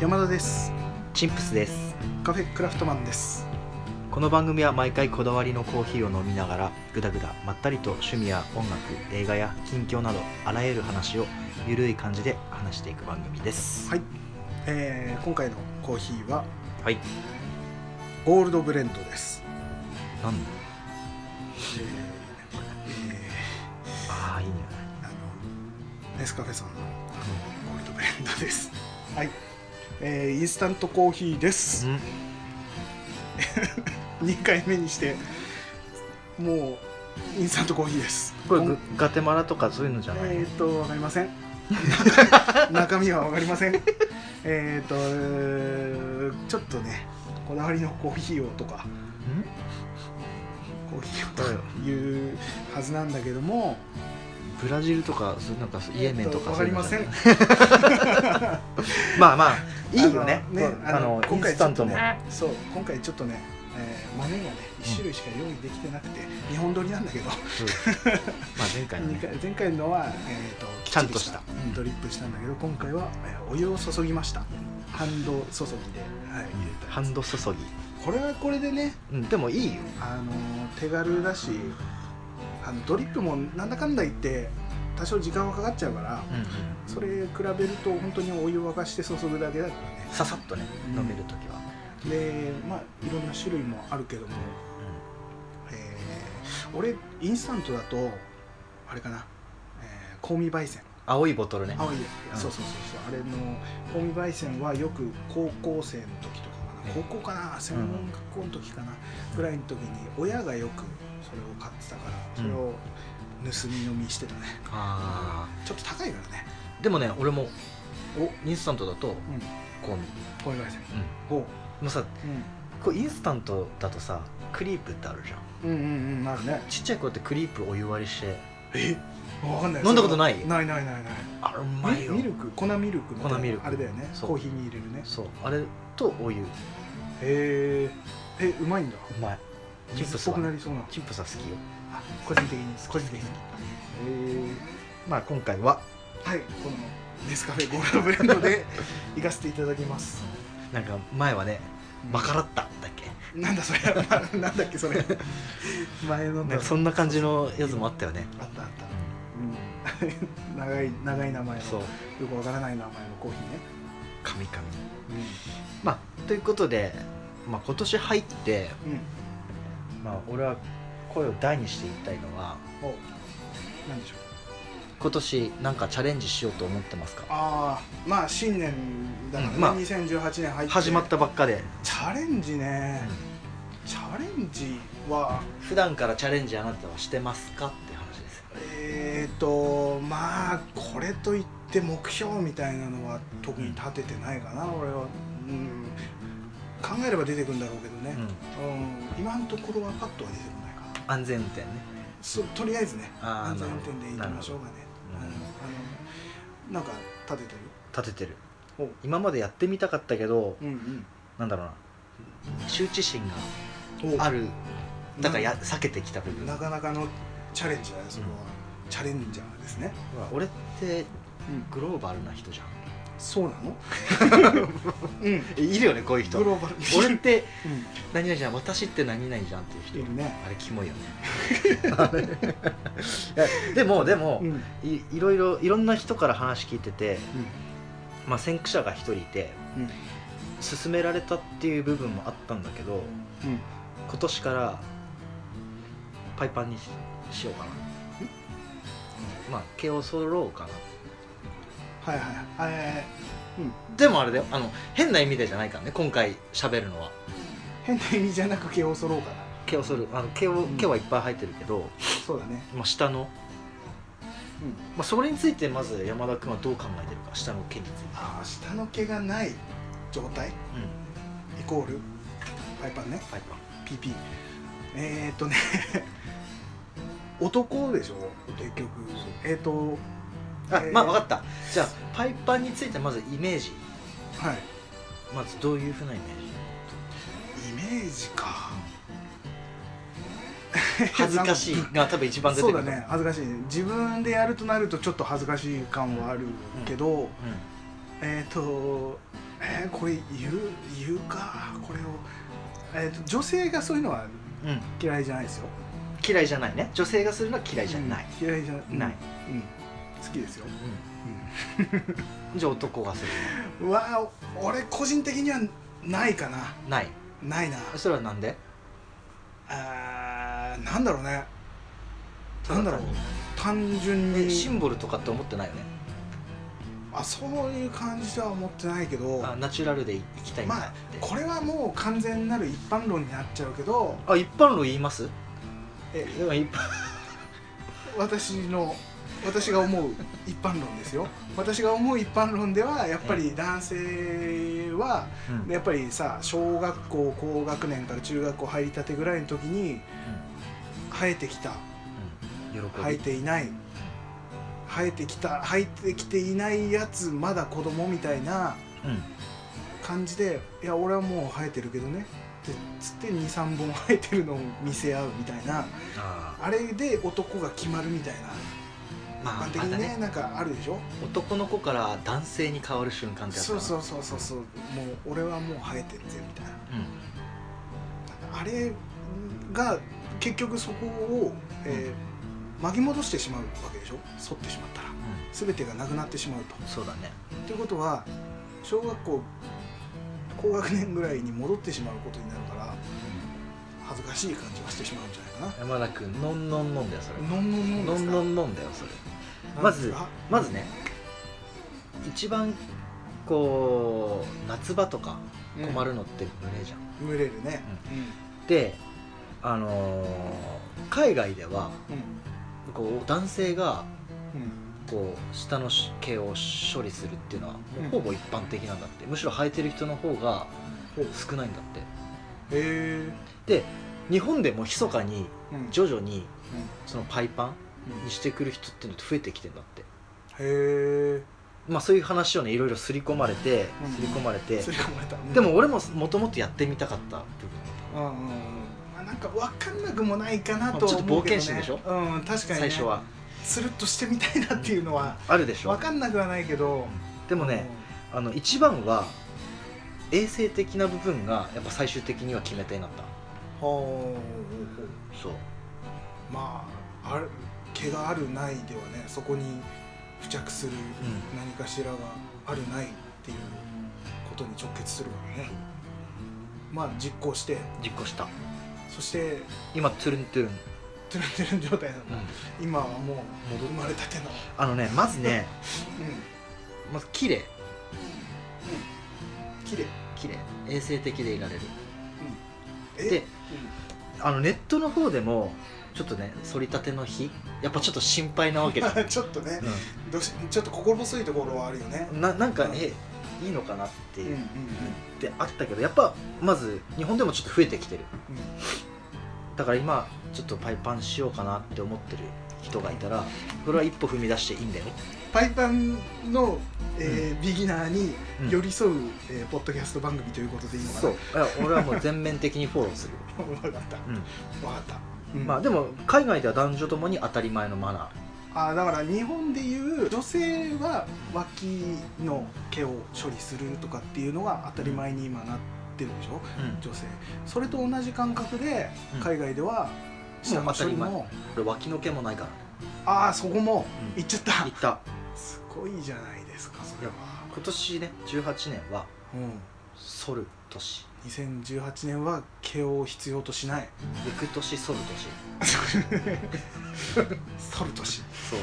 山田ですチンプスですカフェクラフトマンですこの番組は毎回こだわりのコーヒーを飲みながらぐだぐだまったりと趣味や音楽映画や近況などあらゆる話をゆるい感じで話していく番組ですはい、えー今回のコーヒーははいゴールドブレンドです、なんえーえああいいねーあのネスカフェさんのゴールドブレンドですはい、えーインスタントコーヒーですうん2回目にしてもうインスタントコーヒーですこれ今グガテマラとかそういうのじゃない、えーっとわかりませ ん中身はわかりませんえーっとえーちょっとねこだわりのコーヒーをとかんコーヒーをとかいうはずなんだけどもブラジルとかそうなんか イエメンとえーかわそかういりうのまじせゃんないまあまあいいよねあのそうあのイ今ン回ちスょタっンとト も、ねそう今回ちょっとね、えー豆がね1種類しか用意できてなくて、日本撮りなんだけど、そうまあ前回の二ね回前回のは、えー、とちゃんとしたきっりうんドリップしたんだけど今回は、えーお湯を注ぎましたハンド注ぎで、はい、入れたハンド注ぎ、これはこれでねうん、でもいいよあのー手軽だしあのドリップもなんだかんだ言って多少時間はかかっちゃうからうんうん、それ比べると本当にお湯を沸かして注ぐだけだからねささっとねうん飲める時は、でまあいろんな種類もあるけども、えー俺インスタントだとあれかな、えー、香味焙煎青いボトルね青いやうんそうそうそうそうあれの香味焙煎はよく高校生の時とかかなね高校かな専門学校の時かなぐらいの時に親がよくそれを買ってたからそれを盗み飲みしてたねあちょっと高いからねーでもね俺もおうんインスタントだとこう、うん、香味焙煎おうもうさこうインスタントだとさクリープってあるじゃんうんうんうんうんあるねちっちゃい子ってクリープお湯割りしてえわかんない飲んだことないないないないないあれうまいよミルク粉ミルクみたいな粉ミルクあれだよねそうコーヒーに入れるねそうあれとお湯うへええうまいんだまいチップ水スっぽはくなりそうなチップスは好きよあ個人的にです個人的にへえまあ今回ははい、このネスカフェゴールドブレンド で行かせていただきます。なんか前はねバカラッタだっけなんだそ れ、ななんだっけそれ。前のなんかそんな感じのやつもあったよねあったあった。うん、長い長い名前のそうよくわからない名前のコーヒーね。神々まあということで、まあ、今年入って、うん、うん、まあ、俺は声を大にして言いたいのはお、なんでしょう。今年なんかチャレンジしようと思ってますかああ、まあ新年だからね、うんまあ2018年入って始まったばっかで、チャレンジね。チャレンジは普段からチャレンジあなたはしてますかって話ですよえーとまあこれといって目標みたいなのは特に立ててないかな俺は、うん、考えれば出てくるんだろうけどね、うん今のところはパッとは出てこないかな安全運転ねそとりあえずねあー安全運転でいきましょうかねなるほどうんあのなんか立ててる立ててるお今までやってみたかったけど、うんなんだろうな羞恥心うんおがあるだからや避けてきた部分なかなかのチャレンジだねそれは、チャレンジャーですね、ほら俺ってうん、グローバルな人じゃんそうなの うんえいるよねこういう人グローバル俺ってうん何々じゃん私って何々じゃんっていう人いるねあれキモいよね あれいやでもでも、うんいいろいろいろんな人から話聞いてて、まあ、先駆者が一人いてうんうん勧められたっていう部分もあったんだけどうん今年からパイパンにししようかなうんまあ毛を揃ろうかなはいはいはいえでもあれだよあの変な意味でじゃないからね今回喋るのはー変な意味じゃなく毛を剃ろうかな毛を剃るあの毛をうん毛はいっぱい生えてるけど、そうだねまあ、下の、うんまあ、それについてまず山田君はどう考えてるか下の毛について、ああ下の毛がない状態うん、イコールパイパンねパイパン PP えー、っとね男でしょ結局えー、っとあ、えーまあ分かったじゃあパイパンについてまずイメージはいまずどういうふうなイメイメージか ージ 恥ずかしいが多分一番出てそくうるだね恥ずかしいね自分でやるとなるとちょっと恥ずかしい感はあるけど、うんえー、っとえーこれ言う言うかこれを、えーと女性がそういうのはうん、嫌いじゃないですよ嫌いじゃないね女性がするのは嫌いじゃない、うん嫌いじゃないない、うんうん好きですよ、うん、じゃあ男がするうん、うわー俺個人的にはないかなのないないなそれはなんであーなんだろうねなんだろう単純えシンにボルとかって思ってないよねあそういう感じとは思ってないけどあナチュラルでい行きたいんだまっあて、これはもう完全なる一般論になっちゃうけどあ、一般論言いますえでも一般私の私が思う一般論ですよ私が思う一般論ではやっぱり男性はうんやっぱりさ小学校高学年から中学校入りたてぐらいの時に生えてきたうんうん喜び、生えていない生えてきた生えてきていないやつまだ子供みたいなうん感じで「いや俺はもう生えてるけどね」ってつって23本生えてるのを見せ合うみたいなああれで男が決まるみたいなーまあ一般あれ的だにねねなんかあるでしょ男の子から男性に変わる瞬間ってやつかそなうそうそうそうそうもう俺はもう生えてるぜみたいなうあれが結局そこを、えー巻き戻してしまうわけでしょ剃ってしまったらん、う全てがなくなってしまうと。ん、そうだねということは小学校高学年ぐらいに戻ってしまうことになるから恥ずかしい感じはしてしまうんじゃないかな。山田君のんのんのんだよそれのんのんののんですんかのんのんだよそれまずまずね一番こう夏場とか困る、るのって群れじゃん、うん、群れるね、であのー海外ではうんこう男性がうんこう下の毛を処理するっていうのはもううんほぼ一般的なんだって、むしろ生えてる人の方がほう少ないんだっへてえで日本でも密かにうん徐々にうんそのパイパうんンにしてくる人っていうのって増えてきてんだってへまあそういう話をねいろいろ刷り込まれてうん刷り込まれえて、すり込まれたでも俺ももともとやってみたかった部分うんうんうんまあなんか分かんなくもないかなとちはょっと思うけど、ね、冒険心でしょうん確かに、ね、最初はスルッとしてみたいなっていうのはあるでしょ分かんなくはないけどでもね、あの一番は衛生的な部分がやっぱ最終的には決め手になったうんほそううまあある毛があるないではねそこに付着する何かしらがあるないっていうことに直結するからねまあ実行して実行したそして今トゥルントゥルン、トゥルントゥルン状態なの、今はもう戻っ生まれたてのあのねまずねまず綺麗うん綺麗綺麗衛生的でいられるえであのネットの方でもちょっとね反りたての日やっぱちょっと心配なわ けじゃん、うんちょっとねどうしちょっと心細いところはあるよねうんななんかうんえいいのかなってういんううんってあったけどやっぱまず日本でもちょっと増えてきてるだから今ちょっとパイパンしようかなって思ってる人がいたらそれは一歩踏み出していいんだよ、パイパンの、えービギナーにうん寄り添う、えーポッドキャスト番組ということでいいのかな そういや俺はもう全面的にフォローする、分かった分かった、うんまあでも海外では男女ともに当たり前のマナあーだから日本でいう女性は脇の毛を処理するとかっていうのが当たり前に今なってるでしょー、うん、女性それと同じ感覚でうん海外では下の処理も、もう俺脇の毛もないからねああそこもう行んっちゃった、行ったすごいじゃないですかそれは、今年ね18年はうん、剃る年2018年は毛を必要とし ない行く年剃る年剃る年そう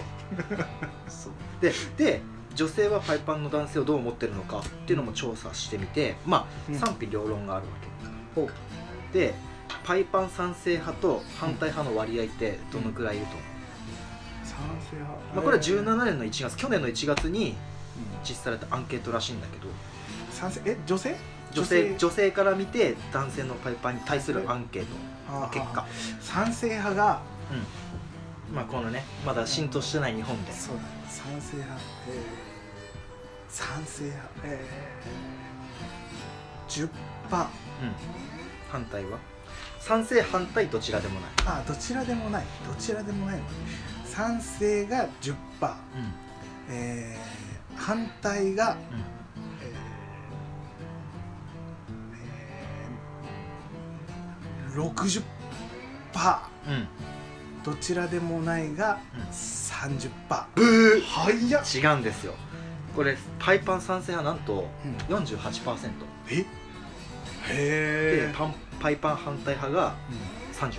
そうでで女性はパイパンの男性をどう思ってるのかっていうのも調査してみてまあうん賛否両論があるわけ、でパイパン賛成派と反対派の割合ってどのくらいいると思賛成う、派まあ、これは柔軟17年の1月去年の1月に実施されたアンケートらしいんだけど賛成え女性女性女性から見て男性のパイパンに対するアンケートあのー結果あー賛成派がまあこのねまだ浸透してない日本でそうだね賛成派えー、賛成派えー、10%あ反対は賛成反対どちらでもない、ーどちらでもないどちらでもない賛成が10%えー、反対が、え60%パうんーどちらでもないがうん30%パブーー早っ、違うんですよこれパイパン賛成派なんとうん、 48%えへでえ、パンパイパン反対派がうん38%へ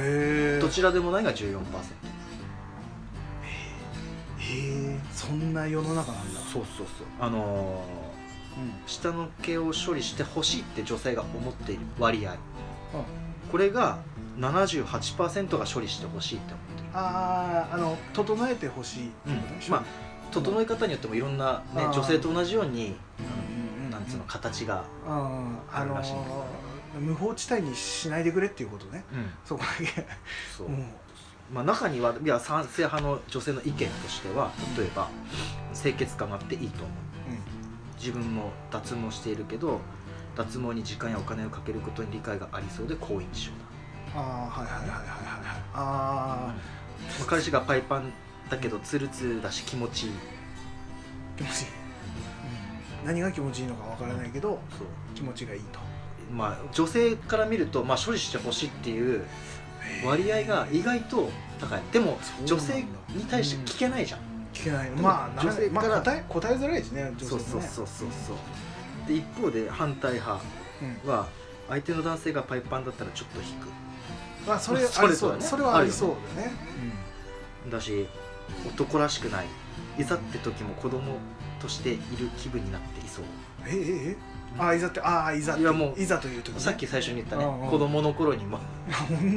えどちらでもないが14%へえそんな世の中なんだそうそうそうあのうんー下の毛を処理してほしいって女性が思っている割合これが78%が処理してほしいって思ってるあああの整えてほしいってことね、うんまあ整え方によってもいろんな、あね、ー女性と同じようにうんうんなんつうの形が、あーあのあるらしいんだけー無法地帯にしないでくれっていうことねそこだけそう、うんまあ、中にはいや賛成派の女性の意見としては例えば清潔感があっていいと思う自分も脱毛しているけど脱毛に時間やお金をかけることに理解がありそうで好印象だ、ああはいはいはいはいはいはいああまあ彼氏がパイパンだけどツルツルだし気持ちいい気持ちいい、うん何が気持ちいいのかわからないけどそう気持ちがいいとまあ女性から見ると、まあ、処理してほしいっていう割合が意外と高いでもそうなんだ女性に対して聞けないじゃん、聞けないまあ女性まからあ、答え答えづらいしね女性そうもねそうそうそうそうで一方で反対派うんは相手の男性がパイパンだったらちょっと引くまあそれまあそあれりとそはうねそれはありそうだねだし男らしくないいざって時も子供としている気分になっていそうええええああいざってああいざっていやもういざという時、ね、さっき最初に言ったね、うんうん子供の頃にも、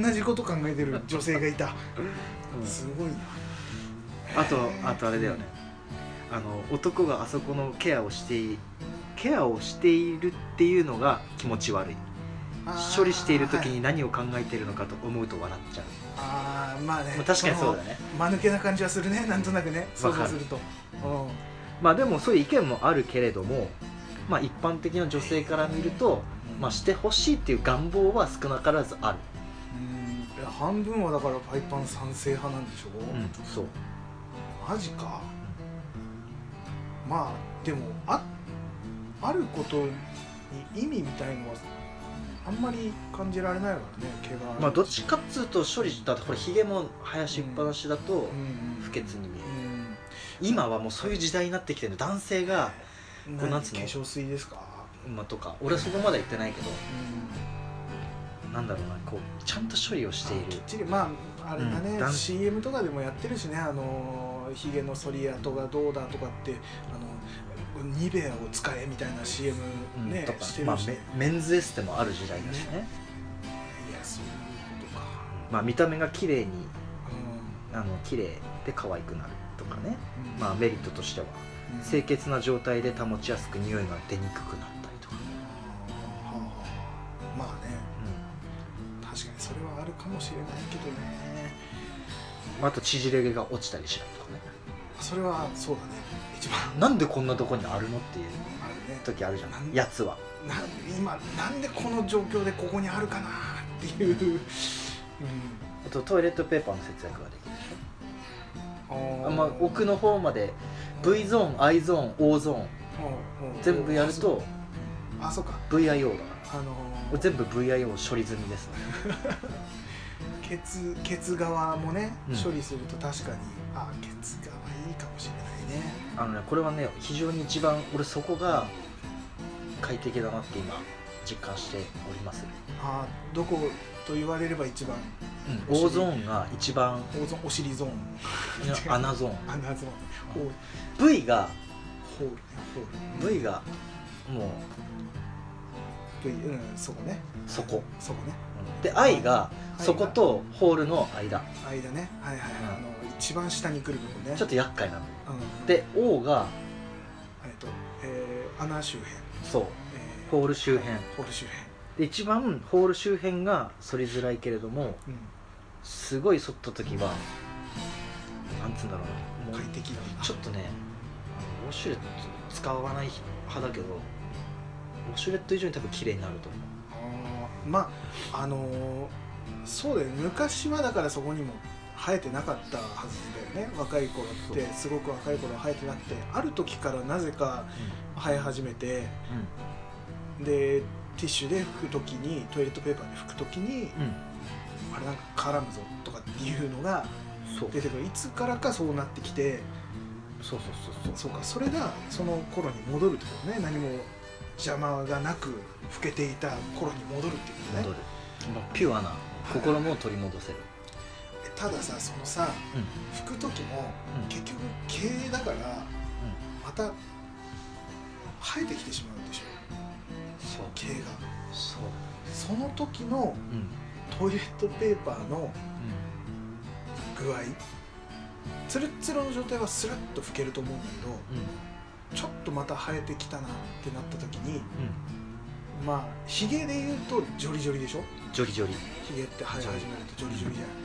同じこと考えてる女性がいたすごいなあとあとあれだよねあの男があそこのケアをしていケアをしているっていうのが気持ち悪いあー処理している時はいに何を考えているのかと思うと笑っちゃう、あーまあねまあ確かにそうだねその間抜けな感じはするねなんとなくね想わか像るするとうんまあでもそういう意見もあるけれどもまあ一般的な女性から見ると、まあ、してほしいっていう願望は少なからずあるうんいや半分はだからパイパン賛成派なんでしょ、うん、そうマジかまあでもああることに意味みたいのはあんまり感じられないからね毛がまあどっちかっつうと処理だってこれヒゲも生やしっぱなしだとうんうん不潔に見えるうん今はもうそういう時代になってきてる男性がこうなんつうの化粧水ですか、まあとか俺はそこまでは言ってないけどうなんだろうなこうちゃんと処理をしていきっるちりまああれだね、うん男 CM とかでもやってるしねあのーヒゲの剃り跡がどうだとかってあのニベアを使えみたいな CM うんね、とかしてまあるし、ねメメンズエステもある時代だしねいやそういうことか、まあ見た目が綺麗にうあの綺麗で可愛くなるとかねんうんまあメリットとしてはうん清潔な状態で保ちやすく匂いが出にくくなったりとか、まあね確かにそれはあるかもしれないけどねうん、あと縮れ毛が落ちたりしないとかねそれはそうだね一番なんでこんなとこにあるのっていうあるね時あるじゃなないんやつはなん今なんでこの状況でここにあるかなっていう、うんあとトイレットペーパーの節約ができるでしあょーあんま奥の方まで V ゾーン I ゾーン O ゾーンうんうん全部やるとあそうか VIO だかあのー、ら全部 VIO 処理済みですねケツケツ側もね、うん処理すると確かにあケツ側いいかもしれないねあのねこれはね非常に一番俺そこが快適だなって今実感しております、あーどこと言われれば一番うん、O ゾーンが一番おぞお尻ゾーン穴ゾー穴ゾーンホールン V がホールホール V がもう V うんそこねそこそこねうんで I がそことホールの間間ねはいはいはい、うあの一番下に来る部分ねちょっっと厄介なのと、うん、で O がえっと、えー、穴周辺、そうえーホール周辺ホール周辺、で一番ホール周辺が反りづらいけれどもうすごい反った時はなんつうんだろうなもん、快う適なんだちょっとねあのウォシュレット使わない派だけどウォシュレット以上に多分綺麗になると思うあーまああのーそうだよね昔はだからそこにも生えてなかったはずだよね若い頃ってすごく若い頃は生えてなくてある時からなぜか生え始めてでティッシュで拭く時にトイレットペーパーで拭く時にうんあれなんか絡むぞとかっていうのがそう出てくるいつからかそうなってきてそうそうそうそそうかそれがその頃に戻るってことね何も邪魔がなく老けていた頃に戻るってことうね戻る、まあ、ピュアな心も取り戻せる、たださそのさうん拭く時もうん結局毛だからまた生えてきてしまうんでしょそう毛がそうその時のうんうんトイレットペーパーの具合ツルッツルの状態はスルッと拭けると思うんだけうんどちょっとまた生えてきたなってなった時にうまあヒゲで言うとジョリジョリでしょんジョリジョリ、ヒゲって生え始めるとジョリジョリじゃない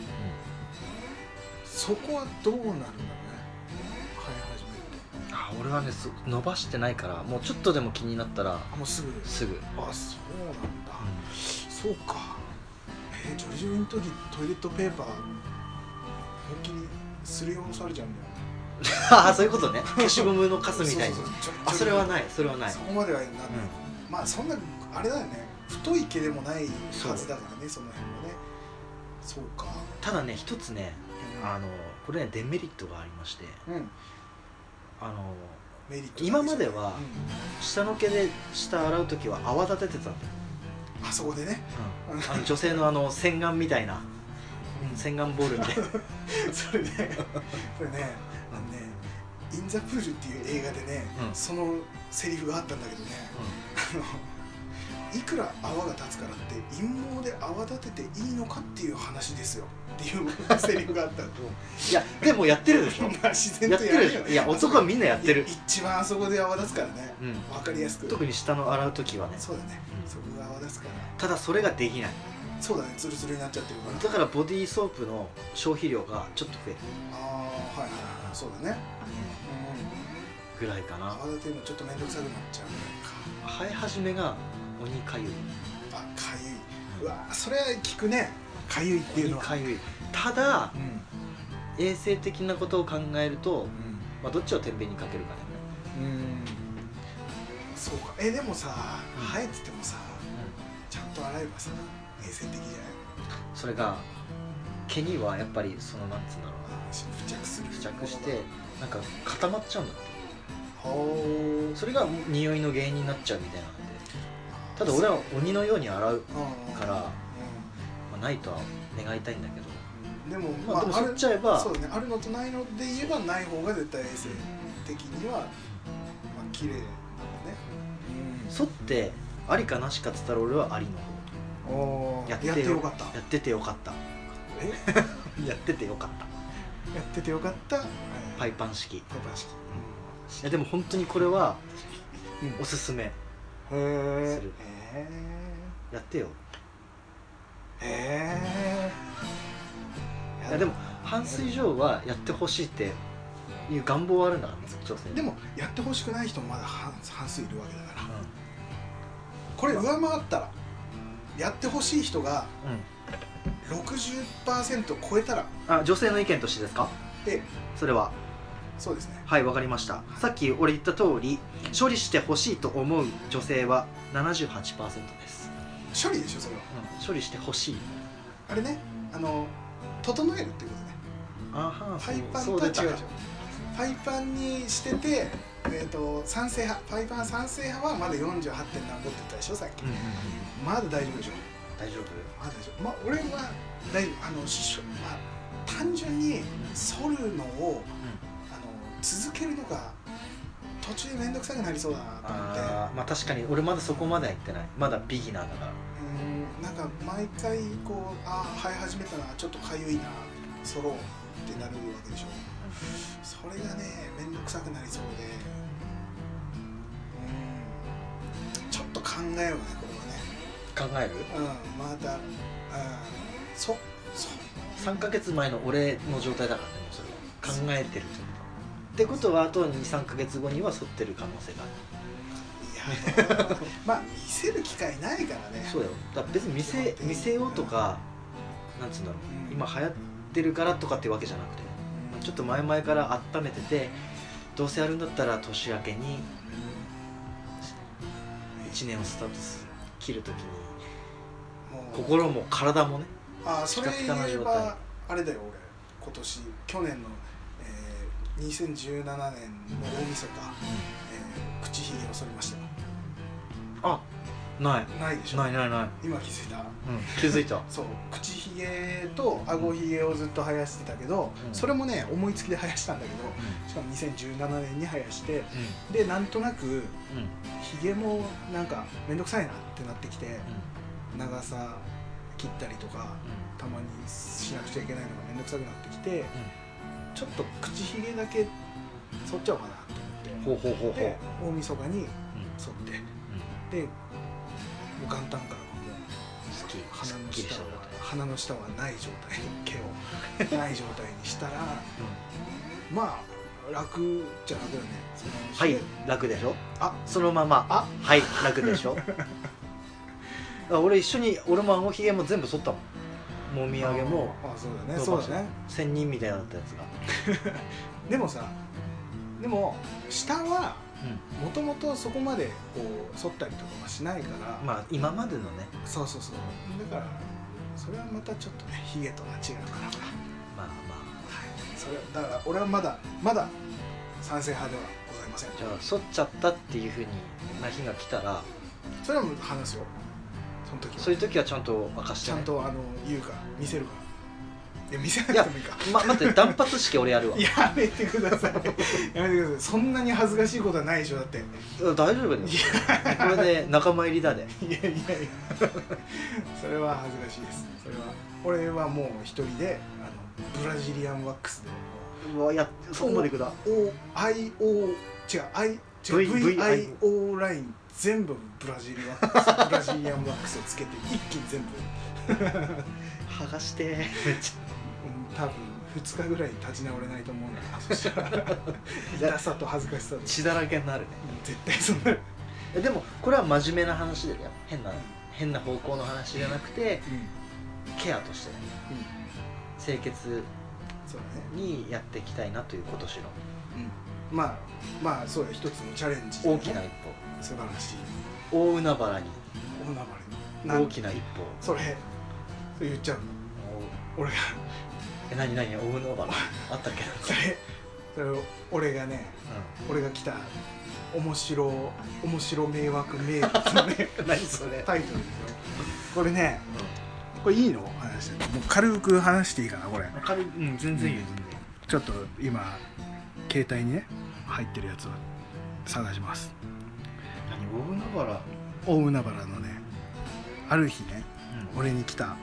そこはどうなるんだろうね生え始めるとあ俺はねそ伸ばしてないからもうちょっとでも気になったらあもうすぐですすあぐ、そうなんだ、そうかえー、ジョリジョリの時トイレットペーパー本気にすりおろされちゃうんだよねああ そういうことね消しゴムのカスみたいにそうそうあそれはないいそれはないそこまではなんない、まあそんなあれだよね太い毛でもないそうはずだからねその辺はねそうかただね一つねあのこれねデメリットがありましてうんあのメリット今まではう下の毛で下洗う時は泡立ててたんだよ、んあそこでねあの女性のあの洗顔みたいな、うん洗顔ボールみ たいな そ れねこれねあのね「イン・ザ・プール」っていう映画でね、うんそのセリフがあったんだけどねあのいくら泡が立つからって陰謀で泡立てていいのかっていう話ですよっていうセリフがあったのいやでもやってるで しょまあ自然やっとてやるるでしよょねいや男はみんなやってるい、一番あそこで泡立つからねうん、わかりやすく特に下の洗う時はねそうだね、うんそこが泡立つかただそれができないらそうだねツルツルになっちゃってるからだからボディーソープの消費量がちょっと増えるああはいはいはいそうだね、うん、ぐらいかな泡立てるのちょっと面倒くさくなっちゃうぐ生え始めが鬼かゆいらいかあかゆいうわそれは効くねかゆいっていう鬼のはかゆいただうん、衛生的なことを考えると、うんまあ、どっちを天秤にかけるかね、うんそうかえでもさうん生えててもさちゃんと洗えばさ衛生的じゃないそれが毛にはやっぱりそのなんつうんだろうなあ付着する付着してなんか固まっちゃうんだってほそれが匂いの原因になっちゃうみたいなんでただ俺は鬼のように洗う、だからまあ、ないとは願いたいんだけでど、もまあ、でも剃っちゃゃえば、そうねあるのとないので言えばない方が絶対衛生的にはまあ綺麗なんだね剃ってありかなしかっつったら俺はありの方うんおーややっっててよよかったやっててよかったえやっててよかったやっててよかったパイイパン式いパパ式やでも本当にこれはうんおすすめへーするへやってよえへえいやでも半水上はやってほしいっていう願望はあるんだからね女性でもやってほしくない人もまだ半半数いるわけだからうこれ上回ったらやってほしい人がん、うん60%超えたらあ女性の意見としてですかでそれはそうですねはいわかりましたさっき俺言った通り処理してほしいと思う女性は78%です、処理でしょそれは処理してほしいあれねあの整えるっていうことねあはパイパンとそうは違出うでたしょパイパンにしててえっ、と賛成派パイパン賛成派はまだ48点何ぼって言ったでしょさっき、うんうんうんまだ大丈夫でしょ大丈夫まだ大丈夫まあ俺は大丈夫あのしょまあ単純に剃るのをあの続けるのが途中で面倒くさくなりそうだなと思ってあーまあ確かに俺まだそこまでは行ってないまだビギナーだからうーんなんか毎回こうああ生え始めたなちょっとかゆいな剃ろうってなるわけでしょそれがね面倒くさくなりそうでうーんちょっと考えようねこ考えるれはねうんまたうんそそ3ヶ月前の俺の状態だからねもうそれは考えてるというかってことはあと23ヶ月後には剃ってる可能性があるいやーまあ見せる機会ないからねそうだよだから別に見せ見せようとかなんつうんだろう、うん今流行ってるからとかってわけじゃなくて、まあちょっと前々から温めててどうせやるんだったら年明けにうん1年をスタートす切る時にもう心も体もねあーそれピカピカな言え状態ばあれだよ俺今年去年の、えー2017年の大晦日、えー口ひげを剃りましたあないないでしょないないない、今気づいたうん、気づいたそう口ひげと顎ひげをずっと生やしてたけど、うんそれもね思いつきで生やしたんだけうどんしかも2017年に生やしてうんでなんとなくうんうんひげもなんか面倒くさいなってなってきて長さ切ったりとかたまにしなくちゃいけないのが面倒くさくなってきて、ちょっと口ひげだけ剃っちゃおうかなとうん思ほうほうほうってほうで大晦日にうんうん剃ってでもう元旦からはもう好き鼻すっのきりし下たは状態鼻の下はない状態に毛をない状態にしたらまあ楽じゃ楽だよねそのはひいげ楽でしょあそのままあはい楽でしょあ俺一緒に俺もあのひげも全部剃ったもんもみあげもあそうだね伸ばしそうだね仙人みたいだったやつがでもさでも下はうもともとそこまでこう剃ったりとかはしないから、んまあ今までのねそうそうそうだからそれはまたちょっとねヒゲとは違うからまあまそれだから俺はまだまだ賛成派ではございませんあじゃあ剃っちゃったっていうふうにな日が来たらそれはもう話すよその時はそういう時はちゃんと明かしてちねゃんとあの言うから見せるからいや見せいなやくてもいいかま、待って断髪式俺やるわやめてくださいやめてくださいそんなに恥ずかしいことはないでしょだってい大丈夫だよこれで仲間入りだでやいやいやそれは恥ずかしいですそれは俺はもう一人であのブラジリアンワックスでうわやそこまでいくだ OIO 違う I 違 V- う VIO ライン全部ブラジルワックスブラジリアンワックスをつけて一気に全部、剥がしてめっちうん、多分2日ぐらい立ち直れないと思うんだそしたら 痛さと恥ずかしさでゃ血だらけになるねうん絶対そんな、うん、えでもこれは真面目な話でね変な変な方向の話じゃなくてケアとしてね清潔そうだねにやっていきたいなという今年まあまあそうだ一つのチャレンジだのね、大きな一素晴らしい歩大海原に大名前大きな一歩それそれ言っちゃうの俺がえ何何大海原あったっけそれそれ俺がね俺が来た面白面白迷惑名物のねうん 何それタイトルですよこれねこれいいの話してもう軽く話していいかなこれ明るいうん全然いいよちょっと今携帯にね入ってるやつを探します全然何大海原大海原のねある日ね俺に来た、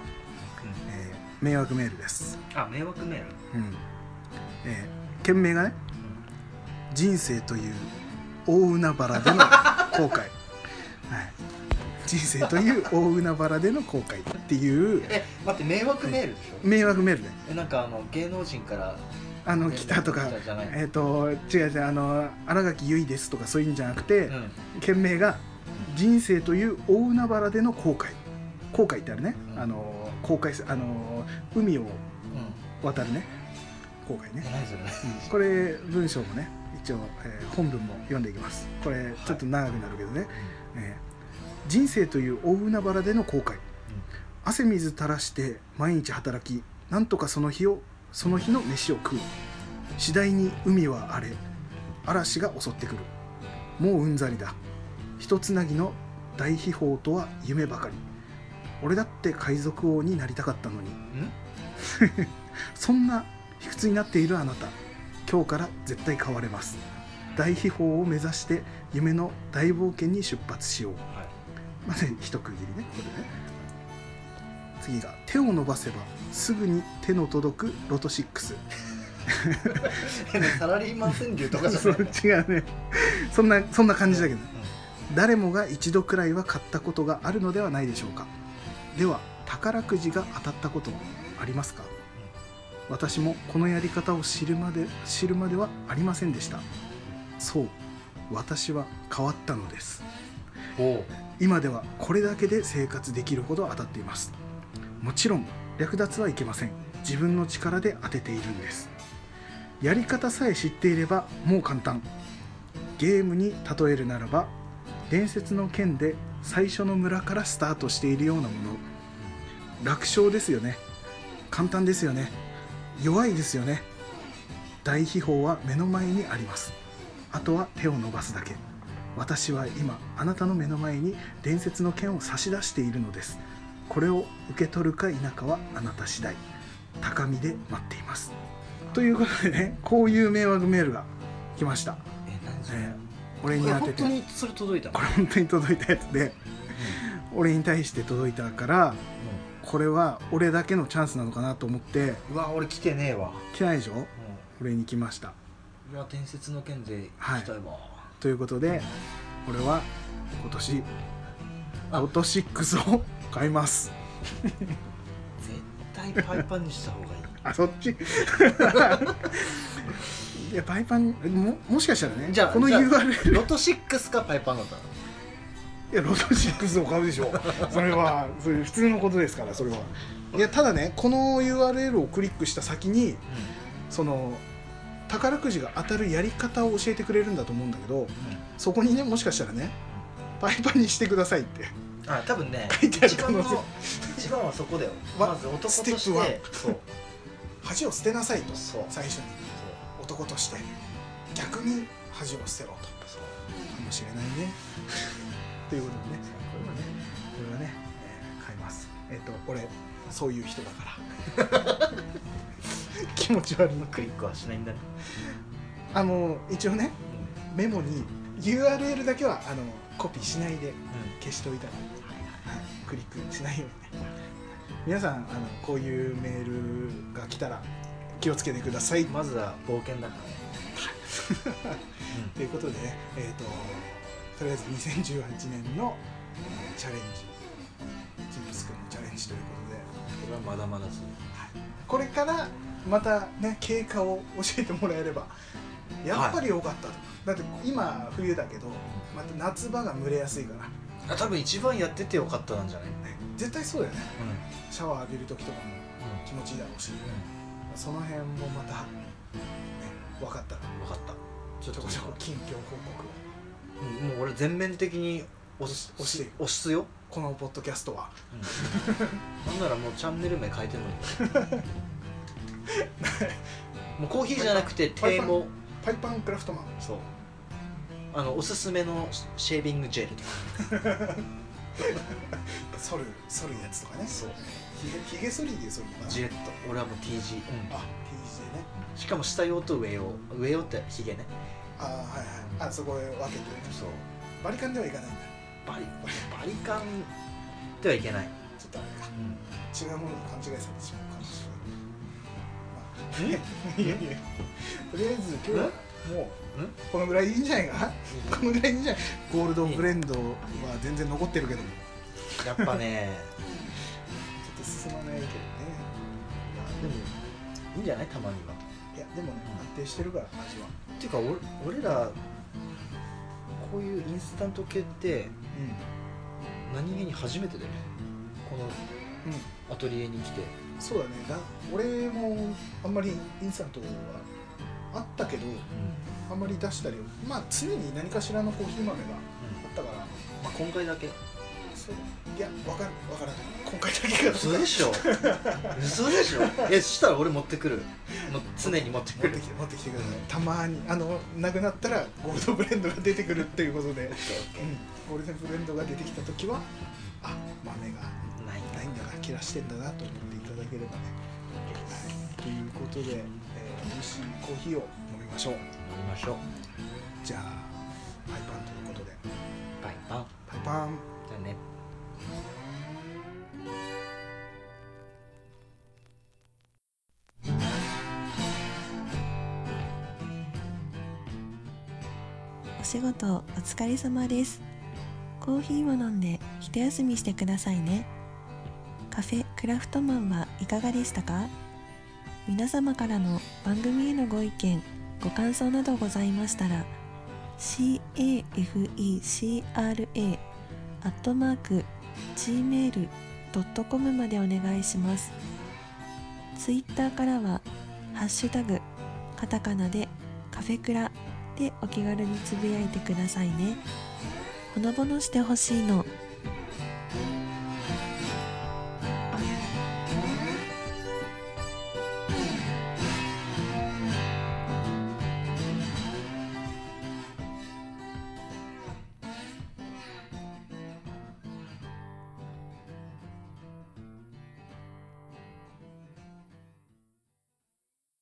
えー迷惑メールです、あ迷惑メールうんえー件名がね「人生という大海原での後悔」 はい人生という大海原での後悔っていうえ待って迷惑メールでしょ迷惑メールねえなんかあの芸能人からあの来たとか来たじゃないえっ、と違う違うあの新垣結衣ですとかそういうんじゃなくて、うん件名が「人生という大海原での後悔」後悔ってあるね、うんあの後悔すあの海をう渡るね後悔んえね、何それうんこれ文章もね一応、えー本文も読んでいきますこれちょっと長くなるけどね、えー人生という大海原での後悔、汗水垂らして毎日働きなんとかその日をその日の飯を食う次第に海は荒れ嵐が襲ってくるもううんざりだ一つなぎの大秘宝とは夢ばかり俺だって海賊王になりたかったのにうんそんな卑屈になっているあなた今日から絶対変われます大秘宝を目指して夢の大冒険に出発しようはいまず一区切りねここでね次が手を伸ばせばすぐに手の届くロト6サラリーマン川柳とかじそゃうないの違うねそんなそんな感じだけど、ね、う誰もが一度くらいは買ったことがあるのではないでしょうかでは宝くじが当たったことはありますか私もこのやり方を知るまで知るまではありませんでしたそう私は変わったのですんおう今ではこれだけで生活できるほど当たっていますもちろん略奪はいけません自分の力で当てているんですやり方さえ知っていればもう簡単ゲームに例えるならば伝説の剣で最初の村からスタートしているようなもの楽勝ですよね簡単ですよね弱いですよね大秘宝は目の前にありますあとは手を伸ばすだけ私は今あなたの目の前に伝説の剣を差し出しているのですこれを受け取るか否かはあなた次第高みで待っていますということでねこういう迷惑メールが来ました、え何それ、えー俺に当て本て当にそれ届いたのこれ本当に届いたやつで俺に対して届いたからこれは俺だけのチャンスなのかなと思ってうんうわ俺来てねえわ、来てないでしょう俺に来ましたん、うわ伝説の剣ではい行きたいわ、ということで俺は今年あロト6を買います絶対パイパンにした方がいいあそっち いやパイパンももしかしたらねじゃあこのじゃあ URL ロト6かパイパンだったのいやロト6を買うでしょ それはそれ普通のことですからそれはいやただねこの URL をクリックした先にその宝くじが当たるやり方を教えてくれるんだと思うんだけどそこにねもしかしたらねパイパンにしてくださいってあ多分ね書いてある一番可能の一番はそこだよわまず男とスしテッてそプうワン恥を捨てなさいとそう最初に男として逆に恥を捨てろとそうかもしれないね ということでねここれはねれはね、えー買いますえっ、と俺そういう人だから 気持ち悪いクリックはしないんだね、あの一応ねうんメモに URL だけはあのコピーしないで消しておいたので、はいクリックしないようにね皆さんあのこういうメールが来たら気をつけてくだ さいまずは冒険だからね、ということでね、えー、ととりあえず2018年のえーチャレンジジンプス君のチャレンジということで、これはまだまだすこれからまたね経過を教えてもらえればやっぱり良かったと、だって今冬だけどまた夏場が蒸れやすいから、あ多分一番やっててよかったなんじゃない、ね、絶対そうだよねうんシャワー浴びる時とかも気持ちいいだろうしその辺もまた、ね、分かったら分かったちょっちょとこちょここ近況報告をうんもう俺全面的に押す押して押すよ、このポッドキャストはなんならもうチャンネル名変えてもいいもうコーヒーじゃなくてパイ低パン毛パイパンクラフトマンそうあのおすすめのシェービングジェルとか剃る剃るやつとかねそうひげひげ剃りで剃るのかなジェット俺はもう TG、あ TJ ねしかも下用と上用上用ってヒゲねあはいはいあそこへ分けてそうバリカンではいかないんだバリバリカンではいけない、ちょっとあれか違うものと勘違いされてしまうかもしれない、まあ、いやいやいやとりあえず今日はもんうこのぐらいいいんじゃないかなこのぐらいいいんじゃないゴールドブレンドは全然残ってるけどもやっぱねちょっと進まないけどねまあでもいいんじゃないたまにはいやでもね安定してるから味はっていうかお俺らこういうインスタント系って何気に初めてだよねこうのん、アトリエに来てそうだねだ俺もあんまりインスタントはあったけどあんまり出したりはまあ常に何かしらのコーヒー豆があったからまあ、今回だけそういやわかるわからない今回だけが嘘でしょ嘘でしょえそしたら俺持ってくるもう常に持ってく持っるてきて持ってきてくださいたまーにあのなくなったらゴールドブレンドが出てくるっていうことで、うん、ゴールデンブレンドが出てきた時はあ豆がないんだないんだな切らしてんだなと思っていただければね、はい、ということで、えー、美味しいコーヒーを飲みましょう飲みましょうじゃあパイパンということでバイバイパイパンじゃあねお仕事お疲れ様ですコーヒーを飲んで一休みしてくださいねカフェクラフトマンはいかがでしたか皆様からの番組へのご意見ご感想などございましたら cafecra アットマーク gmail.com までお願いしますツイッターからはハッシュタグカタカナでカフェクラでお気軽につぶやいてくださいねほのぼのしてほしいの